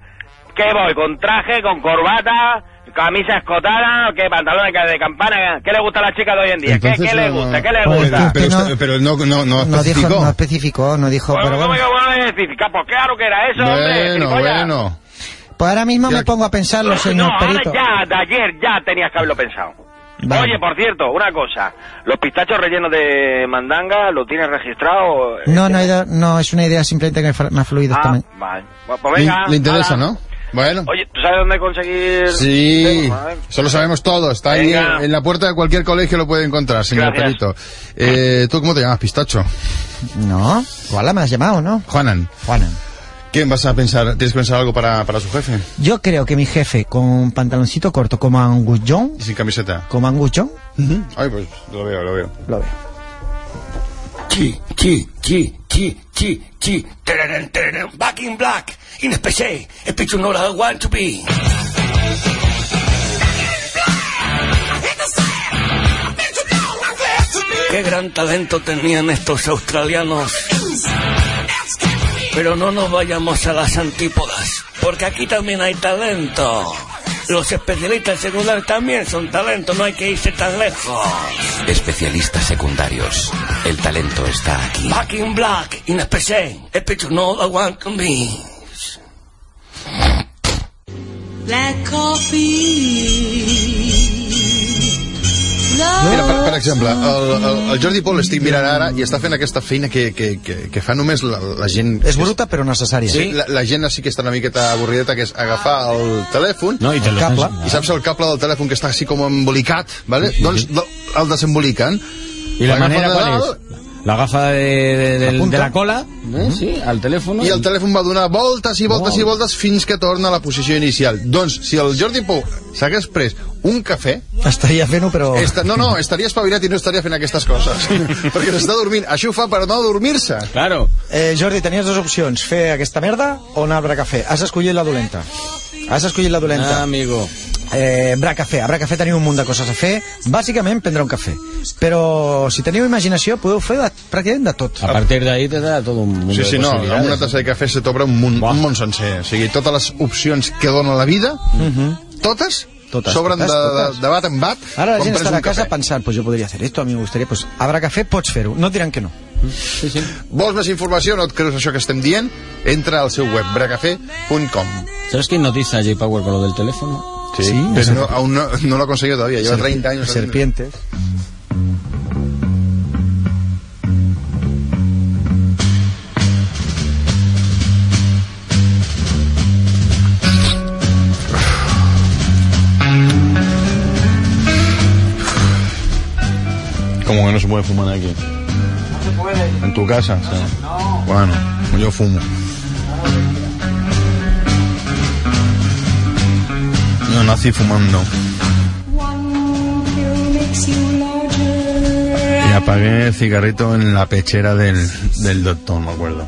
Speaker 5: ¿Qué voy? ¿Con traje, con corbata, camisa escotada, qué pantalones de campana? ¿Qué le gusta a la chica de hoy en día? ¿Qué,
Speaker 1: Entonces eh,
Speaker 5: qué le
Speaker 1: no-
Speaker 5: gusta? ¿Qué le
Speaker 2: Pues
Speaker 5: gusta?
Speaker 2: que-
Speaker 1: Pero,
Speaker 2: que
Speaker 1: usted-
Speaker 2: no-
Speaker 1: pero no, no, no
Speaker 2: No dijo,
Speaker 1: especificó.
Speaker 2: no especificó, no dijo,
Speaker 5: Bueno,
Speaker 2: pero
Speaker 5: Pues, ¿cómo
Speaker 2: bueno.
Speaker 5: que bueno es especificar? ¿Por qué Pues claro que era eso, hombre?
Speaker 1: Bueno,
Speaker 5: gilipollas?
Speaker 1: bueno.
Speaker 2: Pues ahora mismo
Speaker 1: Ya-
Speaker 2: me pongo a pensarlo,
Speaker 5: no,
Speaker 2: señor
Speaker 5: ahora
Speaker 2: Perito.
Speaker 5: ya, de ayer ya tenías que haberlo pensado.
Speaker 2: Vale.
Speaker 5: Oye, por cierto, una cosa. ¿Los pistachos rellenos de mandanga lo tienes registrado?
Speaker 2: No, no, he ido- no, es una idea simplemente que me fa- me ha fluido esta
Speaker 5: Ah,
Speaker 2: mañana.
Speaker 5: vale. Bueno, pues venga,
Speaker 1: Le- le interesa,
Speaker 5: ala.
Speaker 1: ¿no? Bueno.
Speaker 9: Oye, ¿tú sabes dónde conseguir?
Speaker 1: Sí,
Speaker 9: Venga, madre.
Speaker 1: eso lo sabemos todos. Está ahí
Speaker 9: Venga.
Speaker 1: en la puerta de cualquier colegio lo puede encontrar, señor
Speaker 9: Gracias.
Speaker 1: Perito. Eh, ¿Tú cómo te llamas, Pistacho?
Speaker 2: No, Koala me has llamado, ¿no?
Speaker 1: Juanan.
Speaker 2: Juana.
Speaker 1: ¿Quién vas a pensar? ¿Tienes que pensar algo para, para su jefe?
Speaker 2: Yo creo que mi jefe con pantaloncito corto como angullón,
Speaker 1: Y sin camiseta.
Speaker 2: como angullón,
Speaker 1: Ay, pues lo veo, lo veo.
Speaker 2: lo veo.
Speaker 10: Chi, chi, chi, chi, chi, chi. Tererem, tererem. Back in black. In space. A picture not I want to be. Qué gran talento tenían estos australianos. Pero no nos vayamos a las antípodas, porque aquí también hay talento. Los especialistas secundarios también son talento, no hay que irse tan lejos.
Speaker 11: Especialistas secundarios. El talento está aquí.
Speaker 10: Back in black, in a PC, a picture no I want to be.
Speaker 12: Black coffee.
Speaker 1: Mira, per, per exemple, el, el, el Jordi Pol estic mirant ara i està fent aquesta feina que, que, que, que fa només la, la gent...
Speaker 2: És bruta però necessària.
Speaker 1: Sí, la, la gent sí que està una miqueta avorrideta, que és agafar el telèfon...
Speaker 3: No, i te
Speaker 2: El
Speaker 3: lo
Speaker 2: cable.
Speaker 3: enseñan.
Speaker 1: I saps el cable del telèfon que està així com embolicat, ¿vale? doncs do- el desemboliquen.
Speaker 3: ¿Y la
Speaker 1: L'agafen
Speaker 3: manera
Speaker 1: de
Speaker 3: cuál
Speaker 1: dalt
Speaker 3: es? La gafa de, de- del-
Speaker 2: punta.
Speaker 3: de la cola, ¿eh? sí, al teléfono.
Speaker 1: I el telèfon va donar voltes i voltes
Speaker 3: Wow.
Speaker 1: i voltes fins que torna a la posició inicial. Doncs, si el Jordi Pou s'hagués pres un cafè,
Speaker 2: Estaria fent-ho però...
Speaker 1: esta, no, no, estaria espavilat i no estaria fent aquestes coses. perquè s'està dormint. Això ho fa per no dormir-se.
Speaker 3: Claro.
Speaker 2: Eh, Jordi, tenies dues opcions, fer aquesta merda o anar a Bracafé. Has escollit la dolenta. Has escollit la dolenta.
Speaker 3: Ah,
Speaker 1: Um,
Speaker 3: amigo.
Speaker 2: Eh, Bracafé. A Bracafé teniu un munt de coses a fer. Bàsicament, prendre un cafè. Però si teniu imaginació, podeu fer de, pràcticament de tot.
Speaker 3: A partir de ahí te da todo un mundo
Speaker 1: Sí,
Speaker 3: de
Speaker 1: sí, no, amb
Speaker 3: posibilidades.
Speaker 1: una tassa de cafè se t'obre un, munt, un món sencer. O sigui, totes les opcions que dona la vida, totes,
Speaker 2: Mhm. Totes,
Speaker 1: s'obren de,
Speaker 2: totes,
Speaker 1: de,
Speaker 2: totes.
Speaker 1: de bat en bat.
Speaker 2: Ara la
Speaker 1: quan
Speaker 2: gent
Speaker 1: prens un
Speaker 2: estarà a casa
Speaker 1: cafè.
Speaker 2: pensant, pues jo podria fer esto, a mi me gustaría, pues a Bracafé pots fer-ho. No et diran que no.
Speaker 3: Sí, sí.
Speaker 1: Vols més informació? No et creus això que estem dient? Entra al seu web, bracafé.com.
Speaker 3: ¿Sabes quién notiza a J-Power con lo del teléfono?
Speaker 1: Sí, pero no, aún no, no lo ha conseguido todavía. Lleva 30 años.
Speaker 2: Serpientes.
Speaker 1: Como que no se puede fumar aquí. En tu casa, Bueno, yo fumo. No nací fumando.
Speaker 12: One pill makes you larger.
Speaker 1: Y apagué el cigarrito en la pechera del, del doctor, me acuerdo.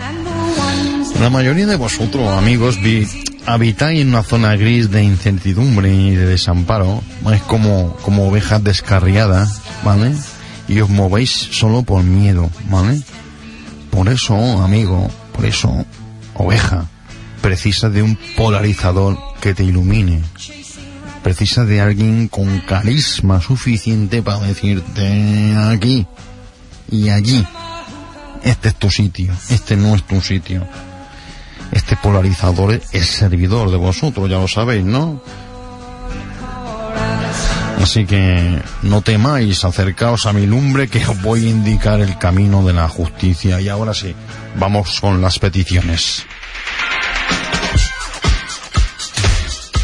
Speaker 12: And the ones
Speaker 1: La mayoría de vosotros, amigos, vi- habitáis en una zona gris de incertidumbre y de desamparo. Es como, como ovejas descarriadas, ¿vale? Y os movéis solo por miedo, ¿vale? Por eso, amigo, por eso, oveja, precisa de un polarizador que te ilumine. Precisa de alguien con carisma suficiente para decirte aquí y allí. Este es tu sitio, este no es tu sitio este polarizador es servidor de vosotros, ya lo sabéis, ¿no? Así que no temáis, acercaos a mi lumbre que os voy a indicar el camino de la justicia. Y ahora sí, vamos con las peticiones.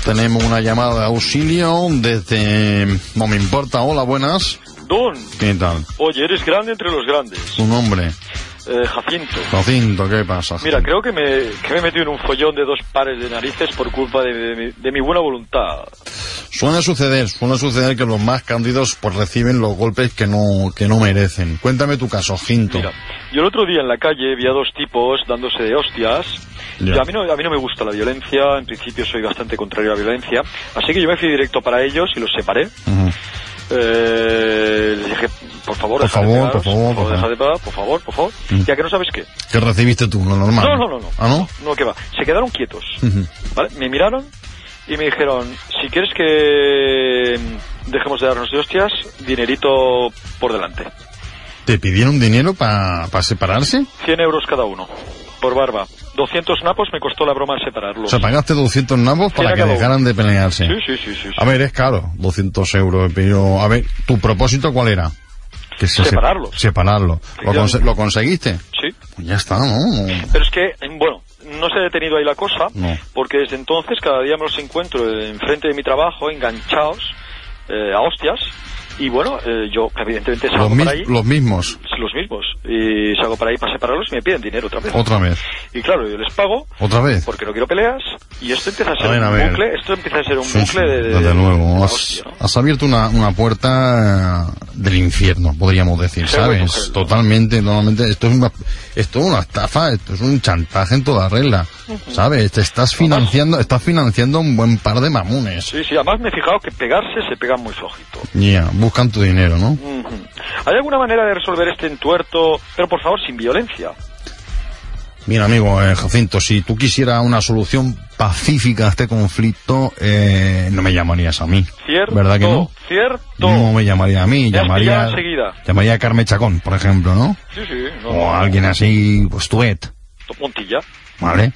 Speaker 1: Tenemos una llamada de auxilio desde... No me importa, hola, buenas.
Speaker 5: Don,
Speaker 1: ¿Qué tal?
Speaker 5: oye, eres grande entre los grandes.
Speaker 1: Tu nombre,
Speaker 5: Eh, Jacinto.
Speaker 1: Jacinto, ¿qué pasa?
Speaker 5: Mira, creo que me, que me he metido en un follón de dos pares de narices por culpa de, de mi- de mi buena voluntad.
Speaker 1: Suele suceder, suele suceder que los más cándidos pues reciben los golpes que no, que no merecen. Cuéntame tu caso, Ginto.
Speaker 5: Mira, yo el otro día en la calle vi a dos tipos dándose de hostias.
Speaker 1: Ya.
Speaker 5: Yo- a, mí no, a mí no me gusta la violencia, en principio soy bastante contrario a la violencia, así que yo me fui directo para ellos y los separé.
Speaker 1: Ujú.
Speaker 5: Eh, les dije, por favor,
Speaker 1: Por
Speaker 5: dejad de
Speaker 1: favor,
Speaker 5: pegaros,
Speaker 1: por favor, por favor.
Speaker 5: dejad de pegar, por favor, por favor.
Speaker 1: Mm.
Speaker 5: Ya que no sabes qué.
Speaker 1: ¿Qué recibiste tú? Lo normal.
Speaker 5: No, no, no, no.
Speaker 1: ¿Ah, no?
Speaker 5: No, que va. Se quedaron quietos.
Speaker 1: Ujú.
Speaker 5: ¿Vale? Me miraron y me dijeron, si quieres que mm, dejemos de darnos de hostias, dinerito por delante.
Speaker 1: ¿Te pidieron dinero para separarse?
Speaker 5: 100 euros cada uno, por barba. 200 napos me costó la broma separarlos.
Speaker 1: O sea, pagaste 200 nabos para
Speaker 5: Sí,
Speaker 1: que
Speaker 5: acabó.
Speaker 1: dejaran de pelearse.
Speaker 5: Sí, sí, sí, sí. sí.
Speaker 1: A ver, es caro, 200 euros. Pero, a ver, ¿tu propósito cuál era? Que se-
Speaker 5: Separarlos.
Speaker 1: Separarlo. ¿Lo, conse-
Speaker 5: Efectivamente.
Speaker 1: lo conseguiste?
Speaker 5: Sí.
Speaker 1: Pues ya está, ¿no?
Speaker 5: Pero es que, mm, bueno,
Speaker 13: no se ha detenido ahí la cosa,
Speaker 1: No.
Speaker 13: porque desde entonces cada día me los encuentro enfrente de mi trabajo, enganchados, eh, a hostias, y bueno, eh, yo evidentemente salgo
Speaker 1: Los,
Speaker 13: por
Speaker 1: mis-
Speaker 13: ahí,
Speaker 1: los mismos,
Speaker 13: los mismos, y salgo para ahí para separarlos y me piden dinero otra vez.
Speaker 1: otra vez.
Speaker 13: Y claro, yo les pago,
Speaker 1: Otra vez.
Speaker 13: porque no quiero peleas, y esto empieza a ser
Speaker 1: A ver, a
Speaker 13: un
Speaker 1: ver.
Speaker 13: bucle, esto empieza a ser un
Speaker 1: Sí, sí,
Speaker 13: bucle de... de-
Speaker 1: desde
Speaker 13: de
Speaker 1: luego, has,
Speaker 13: hostia, ¿no?
Speaker 1: has abierto una, una puerta eh, del infierno, podríamos decir,
Speaker 13: Pero
Speaker 1: ¿sabes?
Speaker 13: bueno, pero-
Speaker 1: Totalmente, totalmente. Esto es, una, esto es una estafa, esto es un chantaje en toda regla, ¿sabes? Te estás financiando, estás financiando un buen par de mamones.
Speaker 13: Sí, sí, además me he fijado que pegarse se pega muy flojito.
Speaker 1: Ya, buscan tu dinero, ¿no?
Speaker 13: Ujú. ¿Hay alguna manera de resolver este entuerto, pero por favor sin violencia?
Speaker 1: Bien, amigo eh, Jacinto, si tú quisieras una solución pacífica a este conflicto, eh, no me llamarías a mí.
Speaker 13: Cierto,
Speaker 1: ¿Verdad que no?
Speaker 13: cierto.
Speaker 1: No me llamaría a mí,
Speaker 13: Me has
Speaker 1: llamaría,
Speaker 13: pillado enseguida.
Speaker 1: llamaría a Carmen Chacón, por ejemplo, ¿no?
Speaker 13: Sí, sí, no,
Speaker 1: O a alguien así, pues tuet,
Speaker 13: Montilla,
Speaker 1: ¿vale?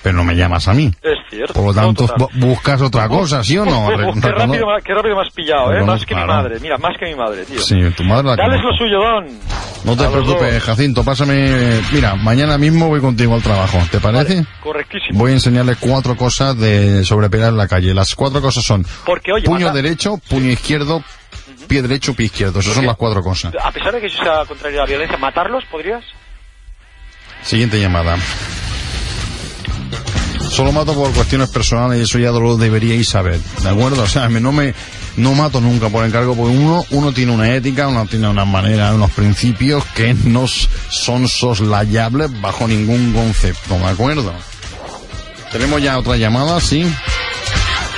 Speaker 1: Pero no me llamas a mí.
Speaker 13: es cierto.
Speaker 1: Por lo tanto,
Speaker 13: No, total.
Speaker 1: bu- buscas otra cosa, ¿sí o no?
Speaker 13: Uf, uf,
Speaker 1: Re-
Speaker 13: qué,
Speaker 1: recono-
Speaker 13: rápido, me- qué rápido me has pillado, ¿eh?
Speaker 1: Recono-
Speaker 13: Más que mi
Speaker 1: claro.
Speaker 13: madre, mira, más que mi madre, tío.
Speaker 1: Sí, tu madre la
Speaker 13: Dales
Speaker 1: conozco.
Speaker 13: lo suyo, don.
Speaker 1: No te
Speaker 13: A los
Speaker 1: preocupes,
Speaker 13: dos.
Speaker 1: Jacinto, pásame... Mira, mañana mismo voy contigo al trabajo, ¿te parece?
Speaker 13: Correctísimo.
Speaker 1: Voy a enseñarle cuatro cosas de sobre pelear en la calle. Las cuatro cosas son
Speaker 13: Porque, oye,
Speaker 1: puño
Speaker 13: anda-
Speaker 1: derecho, puño izquierdo, pie derecho, pie izquierdo. Esas son las cuatro cosas.
Speaker 13: A pesar de que yo sea contrario a la violencia, ¿matarlos podrías?
Speaker 1: Siguiente llamada. Solo mato por cuestiones personales y eso ya lo deberíais saber, ¿de acuerdo? O sea, me- no me no mato nunca por encargo porque uno uno tiene una ética, uno tiene unas maneras, unos principios que no s- son soslayables bajo ningún concepto, ¿de acuerdo? Tenemos ya otra llamada, ¿sí?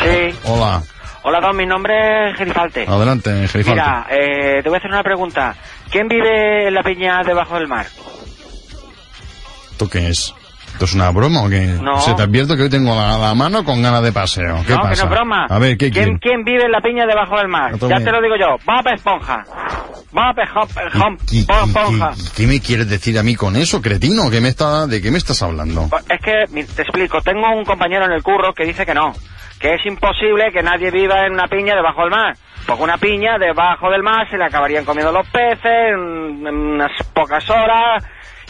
Speaker 5: Sí.
Speaker 1: Hola.
Speaker 5: Hola, Don, mi nombre es Gerifalte.
Speaker 1: Adelante, Gerifalco.
Speaker 5: Mira, eh, te voy a hacer una pregunta. ¿Quién vive en la peña debajo del mar?
Speaker 1: ¿Esto qué es? ¿Esto es una broma o qué?
Speaker 5: No.
Speaker 1: Se te advierto que hoy tengo la, la mano con ganas de paseo. ¿Qué
Speaker 5: no,
Speaker 1: pasa?
Speaker 5: que no es broma.
Speaker 1: A ver, ¿qué quién?
Speaker 5: ¿Quién, ¿Quién vive en la peña debajo del mar?
Speaker 1: No te
Speaker 5: ya
Speaker 1: voy a-
Speaker 5: te lo digo yo. Bob Esponja. Bob Esponja.
Speaker 1: ¿Qué- qué-
Speaker 5: Esponja.
Speaker 1: qué- qué me quieres decir a mí con eso, cretino? ¿Qué me está, ¿De qué me estás hablando?
Speaker 5: Es que, mi- te explico, tengo un compañero en el curro que dice que no, que es imposible que nadie viva en una piña debajo del mar, porque una piña debajo del mar se le acabarían comiendo los peces en, en unas pocas horas,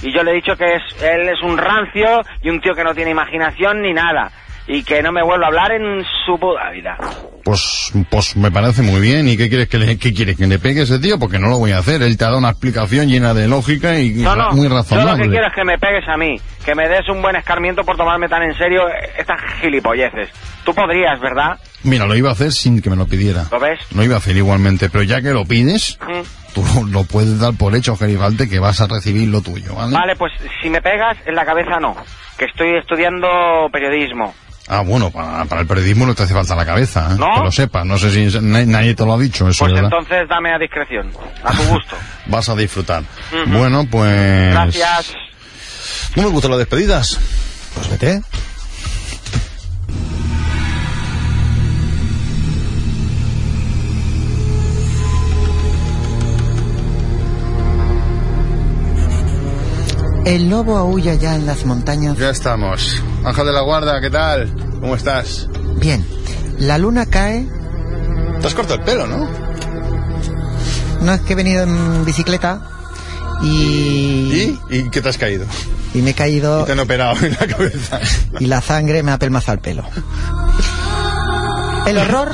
Speaker 5: y yo le he dicho que es, él es un rancio y un tío que no tiene imaginación ni nada, y que no me vuelva a hablar en su puta vida.
Speaker 1: Pues, pues me parece muy bien. ¿Y qué quieres que le, qué quieres que le pegue a ese tío? Porque no lo voy a hacer. Él te ha dado una explicación llena de lógica y
Speaker 5: No, no,
Speaker 1: ra- muy
Speaker 5: yo lo
Speaker 1: razonable.
Speaker 5: que quiero es que me pegues a mí, que me des un buen escarmiento por tomarme tan en serio estas gilipolleces. Tú podrías, ¿verdad?
Speaker 1: Mira, lo iba a hacer sin que me lo pidiera.
Speaker 5: ¿Lo ves?
Speaker 1: Lo iba a hacer igualmente, pero ya que lo pides,
Speaker 5: Mm.
Speaker 1: tú lo, lo puedes dar por hecho, Gerifalte, que vas a recibir lo tuyo, ¿vale?
Speaker 5: Vale, pues si me pegas, en la cabeza no. Que estoy estudiando periodismo.
Speaker 1: Ah, bueno, para, para el periodismo no te hace falta la cabeza, ¿eh?
Speaker 5: ¿No?
Speaker 1: que lo sepas. No sé si es- na- nadie te lo ha dicho eso,
Speaker 5: Pues
Speaker 1: ¿verdad?
Speaker 5: entonces dame a discreción, a tu gusto.
Speaker 1: Vas a disfrutar. Bueno, pues...
Speaker 5: Gracias.
Speaker 1: No me gustan las despedidas.
Speaker 2: Pues vete. El lobo aúlla ya en las montañas.
Speaker 1: Ya estamos. Ángel de la Guarda, ¿qué tal? ¿Cómo estás?
Speaker 2: Bien, la luna cae.
Speaker 1: Te has cortado el pelo, ¿no?
Speaker 2: No es que he venido en bicicleta y,
Speaker 1: ¿Y? ¿Y qué te has caído?
Speaker 2: y me he caído
Speaker 1: Te han operado en la cabeza.
Speaker 2: y la sangre me ha pelmazado el pelo. El horror,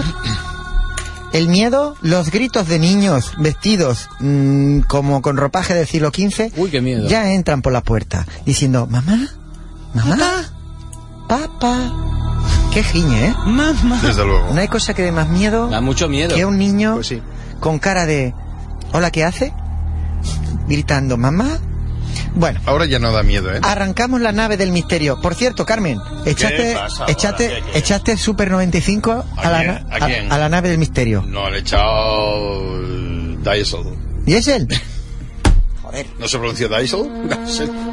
Speaker 2: el miedo, los gritos de niños vestidos mm, como con ropaje del siglo XV
Speaker 8: Uy, qué miedo.
Speaker 2: ya entran por la puerta diciendo, mamá, mamá, papá. Qué giñe, ¿eh?
Speaker 1: Desde luego.
Speaker 2: No hay cosa que dé más miedo
Speaker 8: Da mucho miedo.
Speaker 2: que un niño
Speaker 1: Pues sí.
Speaker 2: con cara de, hola, ¿qué hace? Gritando, mamá. Bueno,
Speaker 1: Ahora ya no da miedo, ¿eh?
Speaker 2: Arrancamos la nave del misterio. Por cierto, Carmen, echaste,
Speaker 1: pasa ahora?
Speaker 2: echaste,
Speaker 1: ¿Qué, qué?
Speaker 2: echaste Super 95 a,
Speaker 1: ¿A
Speaker 2: la,
Speaker 1: quién?
Speaker 2: na-
Speaker 1: ¿A quién?
Speaker 2: la nave del misterio.
Speaker 1: No, le he echado... Diesel.
Speaker 2: ¿Diesel? Joder,
Speaker 1: ¿No se pronuncia Diesel?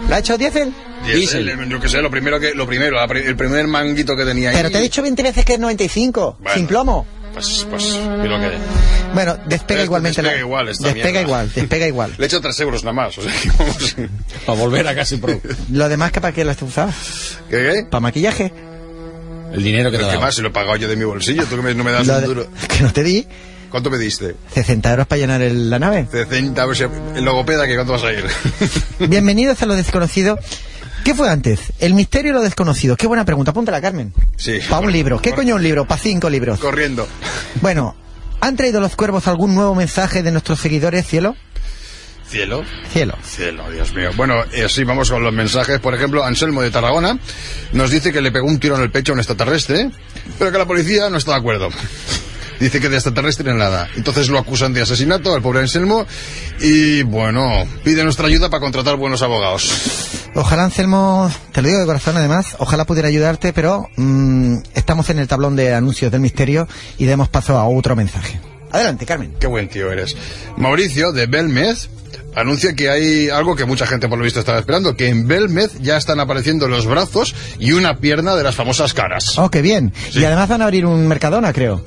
Speaker 2: ¿lo ha hecho Diesel?
Speaker 1: Diesel. Yo qué sé, lo primero, que, lo primero la pri- el primer manguito que tenía ahí.
Speaker 2: Pero te he dicho 20 veces que es 95,
Speaker 1: Bueno.
Speaker 2: sin plomo.
Speaker 1: Pues, pues, mira que...
Speaker 2: Bueno, despega
Speaker 1: Pero este
Speaker 2: igualmente.
Speaker 1: despega
Speaker 2: la-
Speaker 1: igual esta
Speaker 2: despega
Speaker 1: mierda.
Speaker 2: igual, despega igual.
Speaker 1: Le he hecho 3 euros nada más, o sea que vamos... ¿Qué,
Speaker 8: Para volver a casi pro.
Speaker 2: Lo demás, que ¿para qué lo has usado?
Speaker 1: qué?
Speaker 2: ¿Para maquillaje?
Speaker 8: El dinero que te
Speaker 1: Pero ¿Qué
Speaker 8: da.
Speaker 1: más? Si lo he pagado yo de mi bolsillo, tú que me- no me das
Speaker 2: Lo
Speaker 1: un
Speaker 2: de-
Speaker 1: duro.
Speaker 2: Que no te di
Speaker 1: ¿Cuánto me diste?
Speaker 2: 60 euros para llenar el- la nave.
Speaker 1: pues, 60, a ver si- el logopeda, que ¿cuánto vas a ir?
Speaker 2: Bienvenidos a lo desconocido. ¿Qué fue antes? El misterio y lo desconocido. Qué buena pregunta. Póntela, Carmen.
Speaker 1: Sí.
Speaker 2: Para un libro. ¿Qué coño un libro? Para cinco libros.
Speaker 1: Corriendo.
Speaker 2: Bueno, ¿han traído los cuervos algún nuevo mensaje de nuestros seguidores, cielo?
Speaker 1: Cielo.
Speaker 2: Cielo.
Speaker 1: Cielo, Dios mío. Bueno, eh, sí, vamos con los mensajes. Por ejemplo, Anselmo de Tarragona nos dice que le pegó un tiro en el pecho a un extraterrestre, pero que la policía no está de acuerdo. Dice que de extraterrestre nada. Entonces lo acusan de asesinato al pobre Anselmo y, bueno, pide nuestra ayuda para contratar buenos abogados.
Speaker 2: Ojalá, Anselmo, te lo digo de corazón además, ojalá pudiera ayudarte, pero mm, estamos en el tablón de anuncios del misterio y demos paso a otro mensaje. Adelante, Carmen.
Speaker 1: Qué buen tío eres. Mauricio, de Belmez, anuncia que hay algo que mucha gente por lo visto estaba esperando, que en Belmez ya están apareciendo los brazos y una pierna de las famosas caras.
Speaker 2: Oh, qué bien. Y además van a abrir un Mercadona, creo.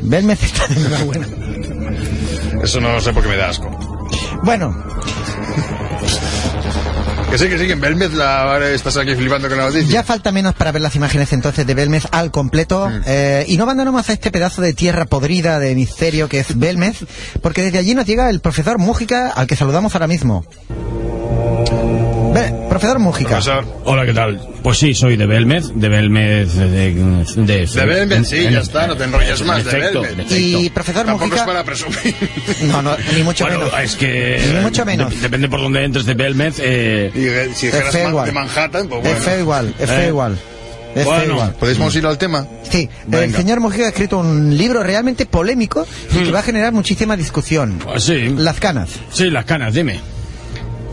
Speaker 2: Belmez está de enhorabuena.
Speaker 1: Eso no sé por qué me da asco.
Speaker 2: Bueno,
Speaker 1: Que sí, que sí, que en Belmez la... ahora estás aquí flipando con la noticia.
Speaker 2: Ya falta menos para ver las imágenes entonces de Belmez al completo. Eh, y no abandonamos a este pedazo de tierra podrida de misterio que es Belmez, porque desde allí nos llega el profesor Mújica, al que saludamos ahora mismo. Ve, profesor Mújica.
Speaker 1: Profesor,
Speaker 3: Hola, ¿qué tal? Pues sí, soy de Belmez, de Belmez de... De,
Speaker 1: de Belmez, sí,
Speaker 3: en-
Speaker 1: ya está, no te enrolles
Speaker 3: en
Speaker 1: más, de
Speaker 3: efecto,
Speaker 1: Belmez.
Speaker 3: en efecto.
Speaker 2: Y profesor
Speaker 1: Tampoco
Speaker 2: Mújica...
Speaker 1: es para presumir.
Speaker 2: No, no, ni mucho
Speaker 3: bueno,
Speaker 2: menos.
Speaker 3: es que...
Speaker 2: Ni mucho menos.
Speaker 3: dep- depende por dónde entres de Belmez. eh,
Speaker 1: Y eh, si dijeras
Speaker 2: feo
Speaker 1: Man-
Speaker 2: igual.
Speaker 1: de Manhattan, pues
Speaker 2: Es feo
Speaker 1: bueno.
Speaker 2: igual, es feo
Speaker 3: Eh.
Speaker 2: igual. Es feo
Speaker 3: Bueno.
Speaker 2: igual.
Speaker 1: ¿Podemos ir al tema?
Speaker 2: Sí, el
Speaker 1: Venga. Mm.
Speaker 2: señor Mújica ha escrito un libro realmente polémico y que va a generar muchísima discusión.
Speaker 3: pues sí,
Speaker 2: Las canas.
Speaker 3: sí, las canas, dime.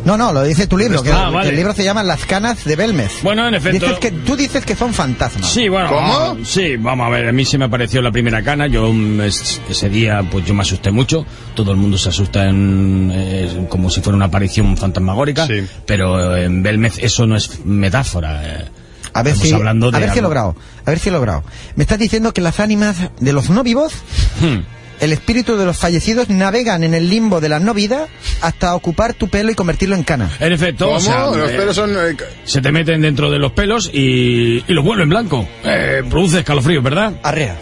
Speaker 2: No, no, lo dice tu libro, que,
Speaker 3: Ah,
Speaker 2: que
Speaker 3: vale.
Speaker 2: el libro se llama Las canas de Belmez.
Speaker 3: Bueno, en efecto-
Speaker 2: Dices que, tú dices que son fantasmas.
Speaker 3: Sí, bueno.
Speaker 1: ¿Cómo?
Speaker 3: vamos- Sí, vamos a ver, a mí se me apareció la primera cana, yo mm, es- ese día pues yo me asusté mucho, todo el mundo se asusta en, eh, como si fuera una aparición fantasmagórica,
Speaker 1: Sí.
Speaker 3: pero eh, en Belmez eso no es metáfora. eh.
Speaker 2: A ver,
Speaker 3: Estamos
Speaker 2: si,
Speaker 3: hablando de
Speaker 2: a ver si he
Speaker 3: algo-
Speaker 2: logrado. A ver si he logrado. Me estás diciendo que las ánimas de los no vivos,
Speaker 3: Hmm.
Speaker 2: el espíritu de los fallecidos, navegan en el limbo de la no vida hasta ocupar tu pelo y convertirlo en cana.
Speaker 3: En efecto,
Speaker 1: ¿Cómo?
Speaker 3: o sea,
Speaker 1: Los
Speaker 3: eh,
Speaker 1: pelos son... eh, ca-
Speaker 3: se te meten dentro de los pelos y, y los vuelven blanco. Eh, produce escalofríos, ¿verdad?
Speaker 2: Arrea.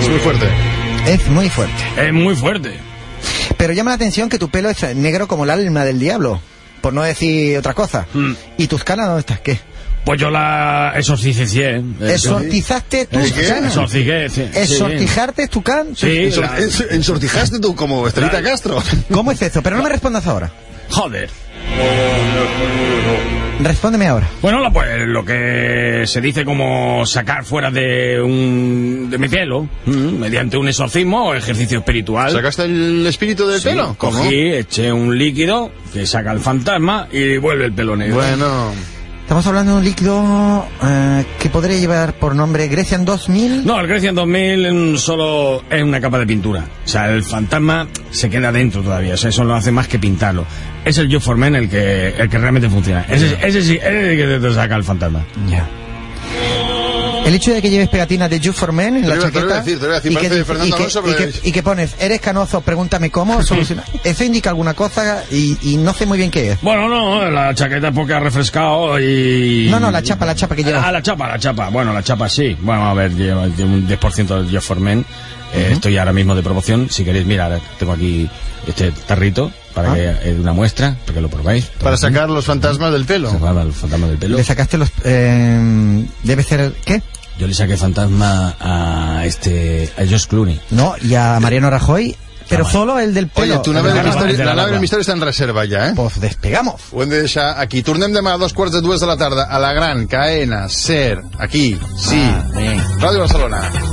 Speaker 1: Es muy fuerte.
Speaker 2: Es muy fuerte.
Speaker 3: Es muy fuerte.
Speaker 2: Pero llama la atención que tu pelo es negro como el alma del diablo, por no decir otra cosa.
Speaker 3: Mm.
Speaker 2: ¿Y tus canas dónde estás? ¿Qué?
Speaker 3: Pues yo la exorcicé. eh.
Speaker 2: ¿Exortizaste tus
Speaker 1: ¿Qué?
Speaker 2: canas?
Speaker 3: Exorcicé, sí.
Speaker 2: ¿Exortijarte tu can?
Speaker 3: Sí,
Speaker 1: Ensor-
Speaker 3: la-
Speaker 1: ens- Ensortijaste tú como Estelita Castro.
Speaker 2: ¿Cómo es eso? Pero no me respondas ahora.
Speaker 3: Joder.
Speaker 2: Respóndeme ahora.
Speaker 3: Bueno, la- pues lo que se dice como sacar fuera de un de mi pelo mm, mediante un exorcismo o ejercicio espiritual.
Speaker 1: ¿Sacaste el espíritu del
Speaker 3: Sí,
Speaker 1: pelo?
Speaker 3: Cogí, eché un líquido que saca el fantasma y vuelve el pelo negro.
Speaker 1: Bueno...
Speaker 2: Estamos hablando de un líquido eh, que podría llevar por nombre Grecian 2000.
Speaker 3: No, el Grecian 2000 en solo es una capa de pintura. O sea, el fantasma se queda dentro todavía. O sea, eso no hace más que pintarlo. Es el Joe Forman el que, el que realmente funciona. Ese, ese sí, ese es el que te, te saca el fantasma.
Speaker 2: Ya. El hecho de que lleves pegatinas de You for Men en
Speaker 1: Te lo
Speaker 2: la
Speaker 1: iba- te
Speaker 2: chaqueta
Speaker 1: lo iba a decir, te lo iba a decir,
Speaker 2: y, que,
Speaker 1: parece de Fernando
Speaker 2: y que-
Speaker 1: Alonso,
Speaker 2: y
Speaker 1: pero-
Speaker 2: que- y que pones, eres canoso, pregúntame cómo, soluciona. Eso indica alguna cosa y, y no sé muy bien qué es.
Speaker 3: Bueno, no, la chaqueta es porque ha refrescado y...
Speaker 2: No, no, la chapa, la chapa que lleva.
Speaker 3: Ah, la chapa, la chapa. Bueno, la chapa sí. Bueno, a ver, lleva lleva un 10% de Joe Forman. Eh, Estoy ahora mismo de promoción. Si queréis, mira, ahora tengo aquí este tarrito para
Speaker 2: Ah. Oh.
Speaker 3: que eh, una muestra, para que lo probáis.
Speaker 1: Para sacar los fantasmas del pelo.
Speaker 3: Se guarda el fantasma del pelo.
Speaker 2: Le sacaste los... eh, debe ser... ¿Qué?
Speaker 3: Yo le saqué fantasma a este a Josh Clooney.
Speaker 2: No, y a Mariano Rajoy, pero solo el del pelo.
Speaker 1: Oye, tu nave
Speaker 3: de
Speaker 1: del
Speaker 3: la
Speaker 1: misteri,
Speaker 3: barra,
Speaker 1: la
Speaker 3: de la
Speaker 1: nave del
Speaker 3: barra.
Speaker 1: misteri està en reserva ja, eh?
Speaker 2: Pues despegamos.
Speaker 1: Ho hem de deixar aquí. Tornem demà a dos quarts de dues de la tarda a la gran caena, SER, aquí, sí,
Speaker 3: Ah, bé.
Speaker 1: Ràdio Barcelona.